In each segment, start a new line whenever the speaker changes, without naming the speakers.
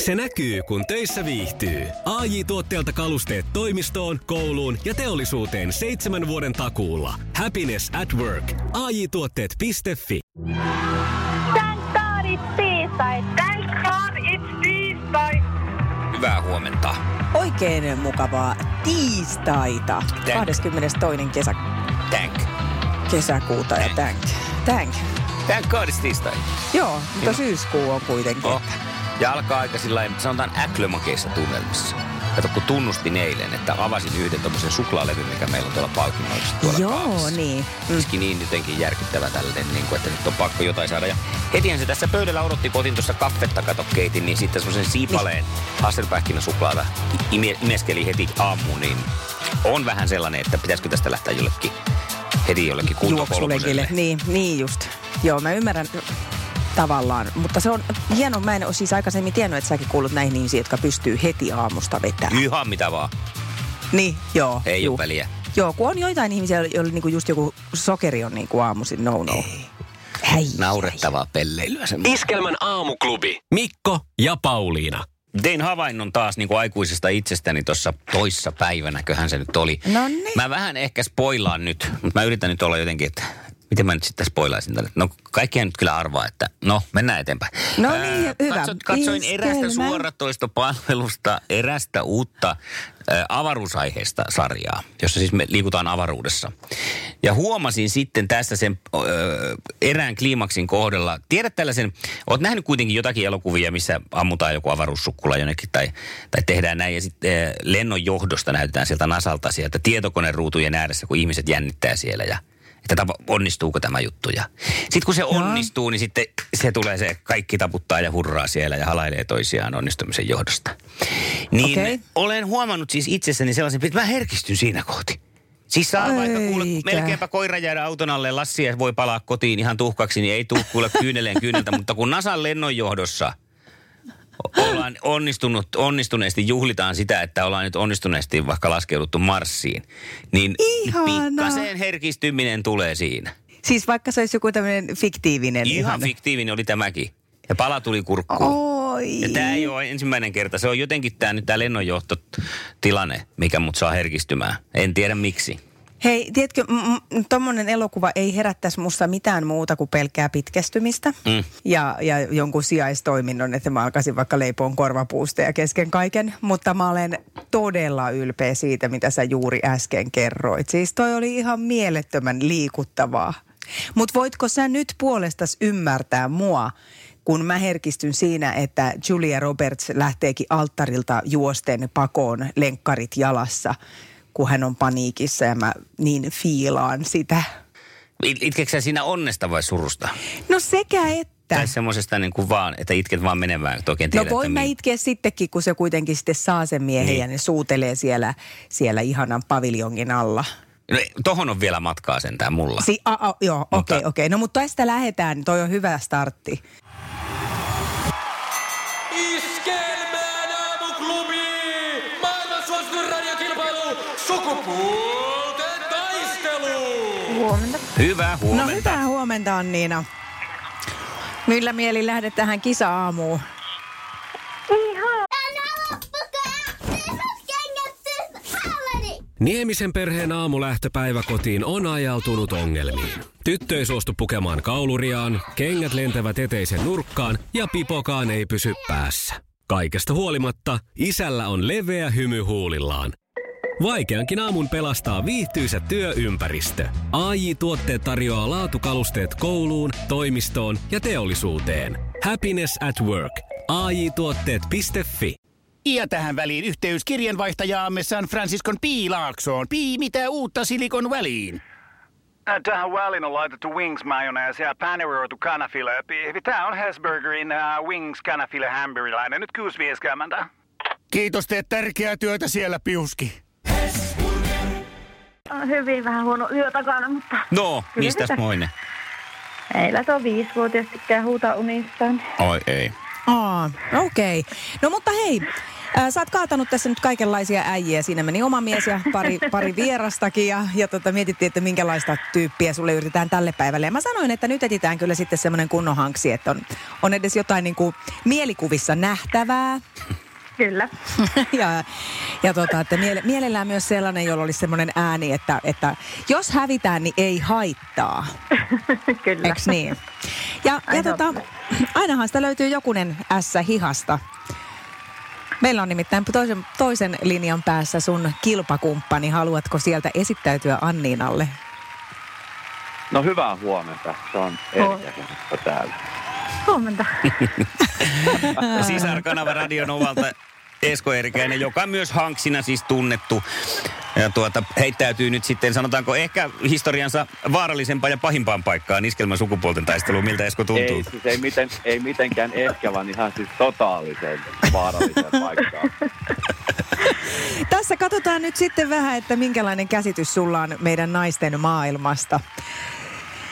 Se näkyy, kun töissä viihtyy. ai tuotteelta kalusteet toimistoon, kouluun ja teollisuuteen seitsemän vuoden takuulla. Happiness at work. ai tuotteetfi
Thank God it's tiistai.
Thank God it's tiistai.
Hyvää huomenta.
Oikein mukavaa tiistaita,
Thank.
22. Kesä,
Thank.
kesäkuuta ja thank. Thank.
Thank God it's tiistai.
Joo, mutta syyskuu on kuitenkin.
Oh. Ja alkaa aika sillä lailla, sanotaan äklömakeissa tunnelmissa. Kato, kun tunnustin eilen, että avasin yhden tommosen suklaalevyn, mikä meillä on tuolla paukimoissa tuolla
Joo,
kaapissa.
niin.
Iski niin jotenkin järkyttävä tällainen, niin kuin, että nyt on pakko jotain saada. Ja hetihän se tässä pöydällä odotti, kun otin tuossa kaffetta katokeitin, niin sitten semmoisen siipaleen
Niin.
Hasselpähkinän suklaata i- ime- imeskeli heti aamuun, niin on vähän sellainen, että pitäisikö tästä lähteä jollekin heti jollekin
Juoksulenkille.
kuntokolmoselle.
Niin, niin just. Joo, mä ymmärrän tavallaan, mutta se on hieno. Mä en ole siis aikaisemmin tiennyt, että säkin kuulut näihin ihmisiin, jotka pystyy heti aamusta vetämään.
Ihan mitä vaan.
Niin, joo.
Ei
juu.
ole väliä.
Joo, kun on jotain ihmisiä, joilla niinku just joku sokeri on niinku aamuisin no-no. Ei. Hei.
Naurettavaa pelleilyä semmoista.
Iskelmän aamuklubi. Mikko ja Pauliina.
Tein havainnon taas niin kuin aikuisesta itsestäni tuossa toissa päivänä, köhän se nyt oli.
No niin.
Mä vähän ehkä spoilaan nyt, mutta mä yritän nyt olla jotenkin, että miten mä nyt sitten spoilaisin tälle. No kaikkihan nyt kyllä arvaa, että no mennään eteenpäin.
No niin, hyvä.
Katsoin, katsoin erästä
Iskelmä.
suoratoistopalvelusta, erästä uutta ö, avaruusaiheesta sarjaa, jossa siis me liikutaan avaruudessa. Ja huomasin sitten tässä sen ö, erään kliimaksin kohdalla, tiedät tällaisen, oot nähnyt kuitenkin jotakin elokuvia, missä ammutaan joku avaruussukkula jonnekin tai, tai tehdään näin ja sitten ö, lennon johdosta näytetään sieltä Nasalta sieltä tietokoneruutujen ääressä, kun ihmiset jännittää siellä ja että tapa, onnistuuko tämä juttu. Ja sitten kun se onnistuu, niin sitten se tulee se, kaikki taputtaa ja hurraa siellä ja halailee toisiaan onnistumisen johdosta. Niin
Okei.
okay. olen huomannut siis itsessäni sellaisen, että mä herkistyn siinä kohti. Siis saa vaikka kuule,
Eikä.
melkeinpä koira jäädä auton alle ja Lassi ja voi palaa kotiin ihan tuhkaksi, niin ei tule kuule kyyneleen kyyneltä. Mutta kun Nasan lennon johdossa ollaan onnistunut, onnistuneesti juhlitaan sitä, että ollaan nyt onnistuneesti vaikka laskeuduttu Marsiin, niin
Ihanaa.
pikkasen herkistyminen tulee siinä.
Siis vaikka se olisi joku tämmöinen fiktiivinen.
Ihan fiktiivinen oli tämäkin. Ja pala tuli kurkkuun.
Oi.
Ja tämä ei ole ensimmäinen kerta. Se on jotenkin tämä nyt tämä lennonjohtotilanne, mikä mut saa herkistymään. En tiedä miksi.
Hei, tiedätkö, m- m- tommonen elokuva ei herättäisi musta mitään muuta kuin pelkkää pitkästymistä
Mm.
ja, ja jonkun sijaistoiminnon, että mä alkaisin vaikka leipoon korvapuusteja kesken kaiken, mutta mä olen todella ylpeä siitä, mitä sä juuri äsken kerroit. Siis toi oli ihan mielettömän liikuttavaa. Mutta voitko sä nyt puolestas ymmärtää mua, kun mä herkistyn siinä, että Julia Roberts lähteekin alttarilta juosten pakoon lenkkarit jalassa, kun hän on paniikissa ja mä niin fiilaan sitä.
It- Itketkö sä siinä onnesta vai surusta?
No sekä että.
Tai semmoisesta niin kuin vaan, että itket vaan menevään, että oikein
No
tiedät,
voin
että
mä
mi-
itkeä sittenkin, kun se kuitenkin sitten saa sen miehen
Niin.
niin. ja ne suutelee siellä, siellä ihanan paviljongin alla.
No, Tohon on vielä matkaa sentään mulla.
Si- a, a, joo, okei,
Mutta-
okei. No mutta tästä lähdetään, niin toi on hyvä startti.
Iskelmään aamuklubi! Maailman suosituin radiokilpailu! Sukupuolten taistelu!
Huomenta.
Hyvää
No
huomenta.
hyvää huomenta Anniina. Millä mieli lähdet tähän kisa-aamuun?
Ihan.
Niemisen perheen aamulähtöpäivä kotiin on ajautunut ongelmiin. Tyttö ei suostu pukemaan kauluriaan, kengät lentävät eteisen nurkkaan ja pipokaan ei pysy päässä. Kaikesta huolimatta isällä on leveä hymy huulillaan. Vaikeankin aamun pelastaa viihtyisä työympäristö. AJ Tuotteet tarjoaa laatukalusteet kouluun, toimistoon ja teollisuuteen. Happiness at work. AJ Tuotteet.fi
Ja tähän väliin yhteys kirjanvaihtajaamme San Franciscon Piilaaksoon. Pii, mitä uutta Silikon väliin?
Äh, Tähän väliin on laitettu wings mayonnaise ja paneroitu kanafila. Tämä on Hesburgerin uh, wings kanafila hamburilainen. Nyt 6.50.
Kiitos, teet tärkeää työtä siellä, Piuski.
On hyvin vähän huono yö takana, mutta
No,
Kyllä
mistäs
sitä-
moinen?
eivät ole viisivuotiaastikään huuta unissaan.
Oi ei.
Aa, okei. Okay. No mutta hei, ää, sä oot kaatanut tässä nyt kaikenlaisia äijiä. Siinä meni oma mies ja pari, pari vierastakin ja, ja tota, mietittiin, että minkälaista tyyppiä sulle yritetään tälle päivälle. Ja mä sanoin, että nyt etsitään kyllä sitten semmoinen kunnon hanksi, että on, on edes jotain niin kuin mielikuvissa niinku nähtävää.
Kyllä.
ja, ja tota, että miele, mielellään myös sellainen, jolla olisi semmoinen ääni, että, että jos hävitään, niin ei haittaa.
Kyllä.
Eks niin? Ja, ja
Aivan.
tota, ainahan sitä löytyy jokunen ässä hihasta. Meillä on nimittäin toisen, toisen linjan päässä sun kilpakumppani. Haluatko sieltä esittäytyä Anniinalle?
No hyvää huomenta. Se on Erja Hemppa täällä.
Huomenta.
Sisarkanava Radio Novalta Esko Erikäinen, joka myös hanksina siis tunnettu. Ja tuota, heittäytyy nyt sitten, sanotaanko ehkä historiansa vaarallisempaan ja pahimpaan paikkaan iskelmän sukupuolten taisteluun. Miltä Esko tuntuu?
Ei, siis ei, miten, ei mitenkään ehkä, vaan ihan siis totaalisen vaaralliseen paikkaan.
Tässä katsotaan nyt sitten vähän, että minkälainen käsitys sulla on meidän naisten maailmasta.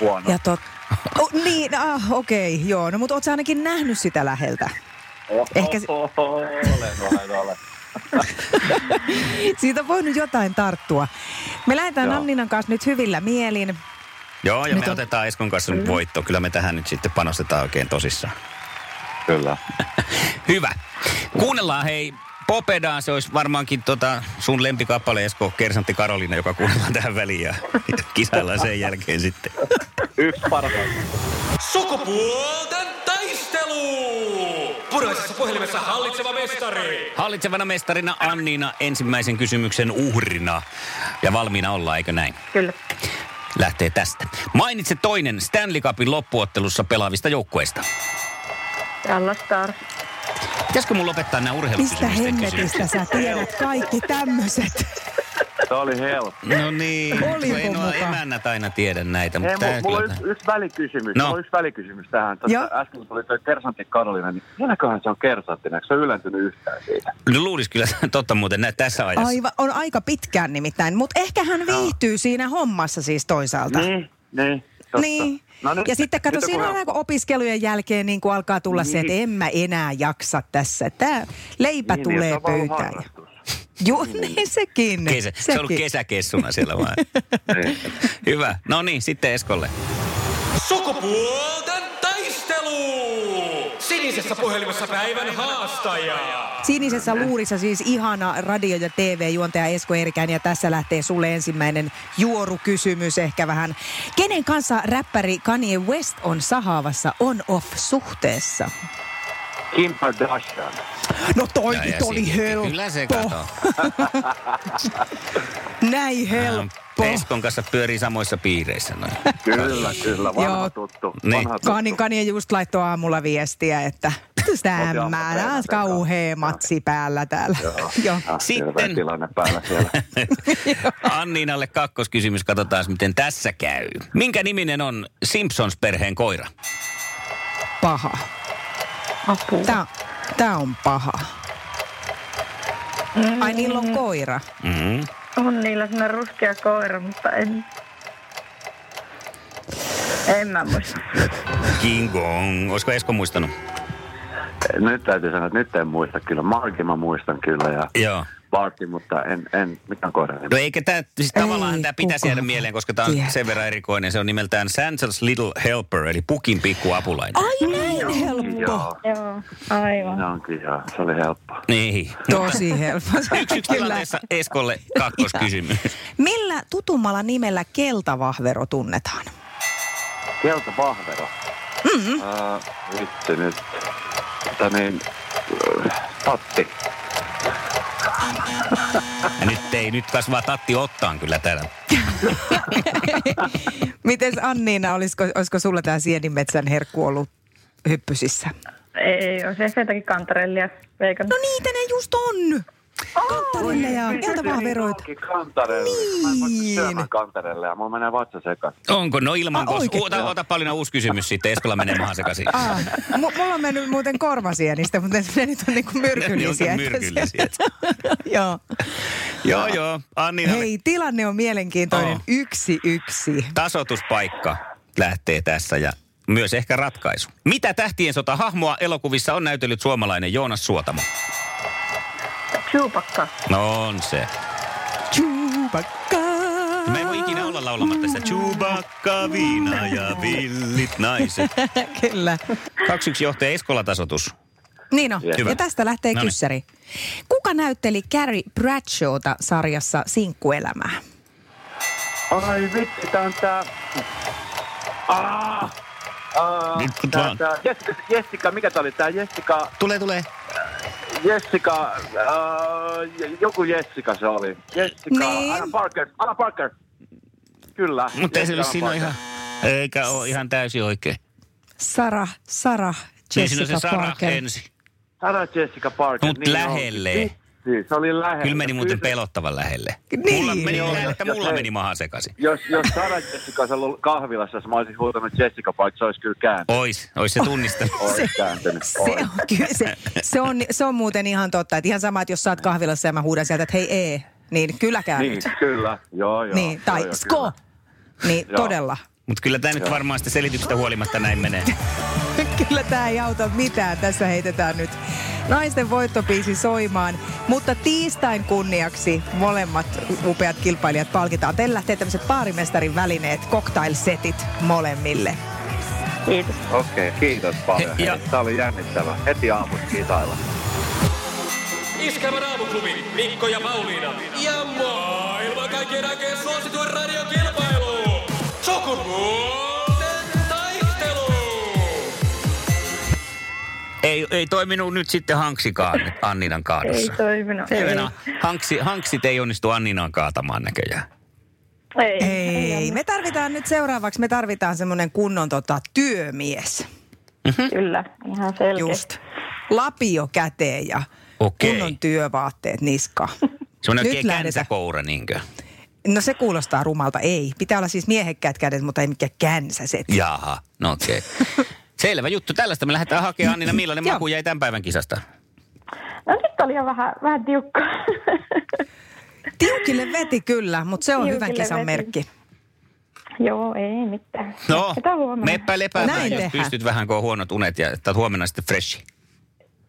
Huono.
Ja tot... oh, niin, ah, okei, okay, joo. No, mutta oot sä ainakin nähnyt sitä läheltä? ehkä se-
Ohoho, olen, olen, olen.
Siitä on voinut jotain tarttua. Me lähdetään
Joo.
Anninan kanssa nyt hyvillä mielin.
Joo, ja
Nyt
me
on-
otetaan Eskon kanssa nyt voitto. Kyllä me tähän nyt sitten panostetaan oikein tosissaan.
Kyllä.
Hyvä. Kuunnellaan hei Popedaa, se olisi varmaankin tota sun lempikappale Esko Kersantti Karolina, joka kuunnellaan tähän väliin ja kisaillaan sen jälkeen sitten.
Yksi parhaita.
Sukupuolten taistelu! Puraisessa puhelimessa hallitseva mestari.
Hallitsevana mestarina Anniina ensimmäisen kysymyksen uhrina. Ja valmiina ollaan, eikö näin?
Kyllä.
Lähtee tästä. Mainitse toinen Stanley Cupin loppuottelussa pelaavista joukkueista.
Dallas Stars.
Pitäisikö mun lopettaa nämä
Mistä
urheilukysymysten
hemmetistä
kysymykset?
sä tiedät kaikki tämmöiset?
Se oli helppo.
No niin,
Oliko
ei nuo
muka?
emännät aina tiedä näitä.
Hei,
Mutta
mulla,
tää
mulla on
kyllä-
yksi, yksi välikysymys.
No.
No. Mulla on yksi välikysymys tähän.
Joo.
Tuossa äsken tuli toi Kersantti Karolina, niin vieläköhän se on Kersanttinen? Eikö se ole ylentynyt yhtään siitä?
No luulisi kyllä totta muuten nä- tässä ajassa.
Aivan, on aika pitkään nimittäin, mutta ehkä hän viihtyy siinä hommassa siis toisaalta.
Niin, niin. Totta.
Niin. No nyt, ja sitten kato,
on
siinä on
helppo.
aina kun opiskelujen jälkeen niin kun alkaa tulla niin. se, että en mä enää jaksa tässä. Tämä leipä niin,
niin,
tulee niin,
se on vaan ollut
pöytään.
harrastus.
Joo, niin sekin.
Kesä, se on ollut kesäkessuna siellä vaan. Hyvä. No niin, sitten Eskolle.
Sukupuolten taistelu! Sinisessä puhelimessa päivän haastaja.
Sinisessä luurissa siis ihana radio- ja TV-juontaja Esko Erikäinen ja tässä lähtee sulle ensimmäinen juorukysymys ehkä vähän. Kenen kanssa räppäri Kanye West on sahaavassa on-off-suhteessa?
Kim Kardashian.
No toi
Ja- ja
nyt oli
siitäkin.
helppo.
Kyllä se kato.
Näin helppo.
Eskon kanssa pyörii samoissa piireissä no. noin.
Kyllä, kyllä. Vanha
Joo.
tuttu.
Niin.
Vanha tuttu.
Kani, Kani just laittoi aamulla viestiä, että tämä
treenata
taas kauhea
sen kanssa.
matsi päällä täällä. Joo.
Ah,
Sitten-
hirveä tilanne päällä siellä.
Anniinalle kakkoskysymys. Katsotaan, miten tässä käy. Minkä niminen on Simpsons-perheen koira?
Paha.
Apua.
Tää, tää on paha. Ai niillä on koira.
Mm-hmm.
On niillä sinne ruskea koira, mutta en... En mä muista.
King Kong. Olisiko Esko muistanut?
Nyt täytyy sanoa, että nyt en muista kyllä. Marki mä muistan kyllä ja
Joo.
Barti, mutta en, en mitään koiran
No
nimeä.
eikä tämä, siis tavallaan
Ei
tämä pitäisi
kukaan
jäädä mieleen, koska tämä on
tiedä.
sen verran erikoinen. Se on nimeltään Sansa's Little Helper, eli pukin pikku apulainen.
Ai näin helppo.
Joo,
Joo, aivan.
se onkin joo. Se oli helppo.
Niin.
Tosi helppo.
Yksi yksi
Kyllä.
tilanteessa Eskolle kakkoskysymys.
Millä tutummalla nimellä keltavahvero tunnetaan?
Kelta Vahvero. Mm-hmm. Uh, vitsi nyt. Mutta niin, äh, Patti.
Ja nyt ei nyt kasvaa tatti ottaan kyllä täällä.
Mites Anniina, olisiko, olisiko sulla tämä sienimetsän herkku ollut hyppysissä?
Ei, on se sieltäkin kantarellia veikannut.
No niitä ne just on! Kantarille ja keltavahveroit.
Niin, kantarelle. Mä en voi syömään kantarelle ja mulla menee vatsa sekaan.
Onko? No ilman
Ah,
kos-
oikein?
ota, ota paljon uusi kysymys sitten. Eskola menee maahan sekaisin.
Ah, mu- mulla on mennyt muuten korvasienistä, mutta ne nyt on niinku myrkyllisiä.
Ne on myrkyllisiä.
Joo.
joo, joo. Anniina,
Hei, tilanne on mielenkiintoinen.
Joo.
Yksi yksi.
tasotuspaikka lähtee tässä ja myös ehkä ratkaisu. Mitä tähtien sota hahmoa elokuvissa on näytellyt suomalainen Joonas Suotamo?
Chewbacca.
No on se.
Chewbacca.
Mä en voi ikinä olla laulamatta sitä. Chewbacca, viina ja villit naiset.
Kyllä.
2-1 johtaja Eskola tasotus.
Niin on.
Hyvä.
Ja tästä lähtee
Noniin.
kyssäri. Kuka näytteli Carrie Bradshawta sarjassa Sinkkuelämää?
Ai vittu, tää on tää... Ah! Ah,
Nyt kun
tää,
vaan-
tää, Jessica, Jessica, mikä tää oli? Tää Jessica,
Tulee, tulee.
Jessica, äh, joku Jessica se oli. Jessica,
Niin.
Anna Parker, Anna Parker. Kyllä.
Mutta ei se
Jessica
nyt siinä ole
Parker.
ihan, eikä ole ihan täysin oikein.
Sarah, Sarah,
Niin siinä on
Jessica
se Sara
Parker.
ensin.
Sarah Jessica Parker. niin
Mut lähelle.
on. Vitsi, se oli lähelle.
Kyllä meni muuten
Kyllä-
pelottavan lähelle.
Niin.
Mulla meni lähelle, että
Jos
mulla
ei-
meni maha sekaisin.
Jos, jos Sarah Jessica olisi ollut kahvilassa, jos mä olisin huutanut Jessica Parker, se olisi kyllä kääntynyt.
Ois, ois se tunnistanut.
Olisi kääntynyt.
Se on, kyllä, se, se, on, se on muuten ihan totta. Että ihan sama, että jos sä oot kahvilassa ja mä huudan sieltä, että hei ee, niin kyllä käy.
Niin, kyllä. Joo, joo.
niin, tai
joo, joo,
sko.
kyllä.
Niin
Joo.
todella.
Mutta kyllä tämä nyt varmaan sitä selityksestä huolimatta näin menee.
Kyllä tämä ei auta mitään. Tässä heitetään nyt naisten voittopiisi soimaan. Mutta tiistain kunniaksi molemmat upeat kilpailijat palkitaan. Teillä lähtee tämmöiset baarimestarin välineet, cocktail-setit molemmille.
Kiitos.
Okei, kiitos paljon.
He- ja-
Tämä oli jännittävä. Heti aamusta kisailla.
Iskävän aamuklubi, Mikko ja Pauliina. Ja maailman kaikkien aikeen suosituen radiokilpailu. Sukupuolten taistelu.
Ei, ei toiminut nyt sitten hanksikaan Anninan
Ei
kaadossa.
toiminut.
Ei, Venä. Hanksi, hanksit ei onnistu Anninaan kaatamaan näköjään.
Ei.
Ei, me tarvitaan nyt seuraavaksi, me tarvitaan semmoinen kunnon tota, työmies.
Kyllä, ihan selkeä.
Just. Lapio käteen ja
Okei.
kunnon työvaatteet niskaan.
Semmoinen
Nyt
oikein
lähdetään.
känsäkoura, niinkö?
No se kuulostaa rumalta, ei. Pitää olla siis miehekkäät kädet, mutta ei mikään känsäset.
Jaha, no okei. Selvä juttu. Tällaista me lähdetään hakemaan. Annina, millainen
Mm. Joo.
maku jäi tämän päivän kisasta?
No nyt oli jo vähän, vähän tiukka.
Tiukille veti kyllä, mutta se on
Tiukille
hyvän kesan
veti.
merkki.
Joo, ei mitään.
No,
Tätä huomenna.
meppä lepäämään,
Näin
jos
tehdään.
pystyt vähän, kun on huonot unet ja että oot huomenna sitten freshi.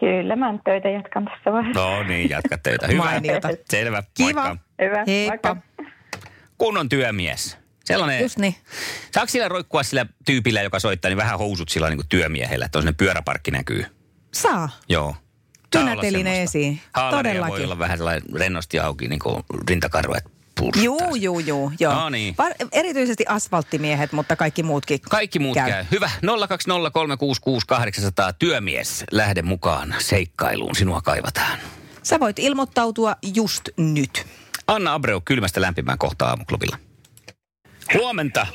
Kyllä, mä nyt töitä jatkan tässä vaiheessa.
No niin, jatka töitä. Hyvä.
Mainiota.
Selvä,
Kiva.
moikka.
Hyvä,
Heippa.
moikka.
Kunnon työmies. Sellainen,
Just niin.
saako sillä roikkua sillä tyypillä, joka soittaa, niin vähän housut sillä niin kuin työmiehellä, että on sinne pyöräparkki näkyy.
Saa.
Joo.
Kynäteline esiin.
Haalaria voi
Todellakin.
olla vähän sellainen rennosti auki, niin kuin rintakarva, että purskuttaa
Juu,
se.
juu, juu. Joo.
No niin.
Var- erityisesti asfalttimiehet, mutta kaikki muutkin.
Kaikki muut käy. käy. Hyvä. 020366800 työmies. Lähde mukaan seikkailuun. Sinua kaivataan.
Sä voit ilmoittautua just nyt.
Anna Abreu kylmästä lämpimään kohtaa aamuklubilla. Huomenta.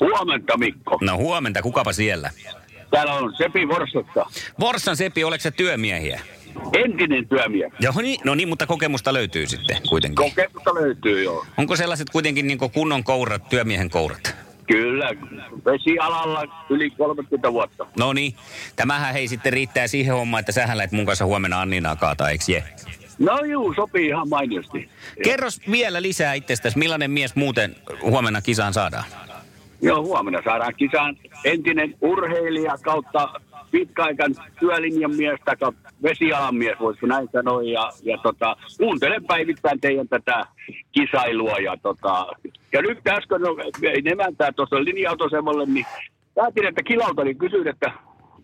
Huomenta, Mikko.
No huomenta, kukapa siellä.
Täällä on Sepi Vorsotta,
Vorsan Sepi, oletko sä työmiehiä?
entinen työmies.
Joo, niin, no niin, mutta kokemusta löytyy sitten kuitenkin.
Kokemusta löytyy jo.
Onko sellaiset kuitenkin niin kunnon kourat, työmiehen kourat?
Kyllä, vesialalla yli 30 vuotta.
No niin, tämähän hei sitten riittää siihen hommaan, että sähän lähet mun kanssa huomenna Anninaa kaataa, eikö je?
No juu, sopii ihan mainiosti.
Kerros vielä lisää itsestäsi, millainen mies muuten huomenna kisaan saadaan?
Joo, huomenna saadaan kisaan entinen urheilija kautta pitkäaikan työlinjan mies tai vesialan mies, voisiko näin sanoa. Ja, ja tota, kuuntelen päivittäin teidän tätä kisailua. Ja, tota, ja nyt äsken no, vein emäntää tuossa linja-autosemalle, niin päätin, että kilalta, niin kysyin, että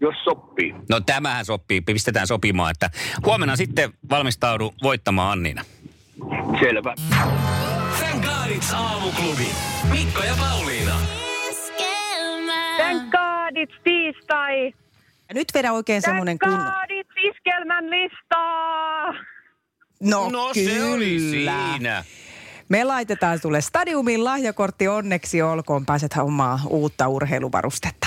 jos sopii.
No tämähän sopii, pistetään sopimaan, että huomenna sitten valmistaudu voittamaan Annina.
Selvä.
Thank aamuklubi. Mikko ja Pauliina.
Thank God it's tiistai.
Ja nyt vedä oikein semmoinen
Thank
kun...
God it's iskelmän listaa.
No, kyllä. Me laitetaan sulle stadiumin lahjakortti onneksi olkoon. Pääset hommaa uutta urheiluvarustetta.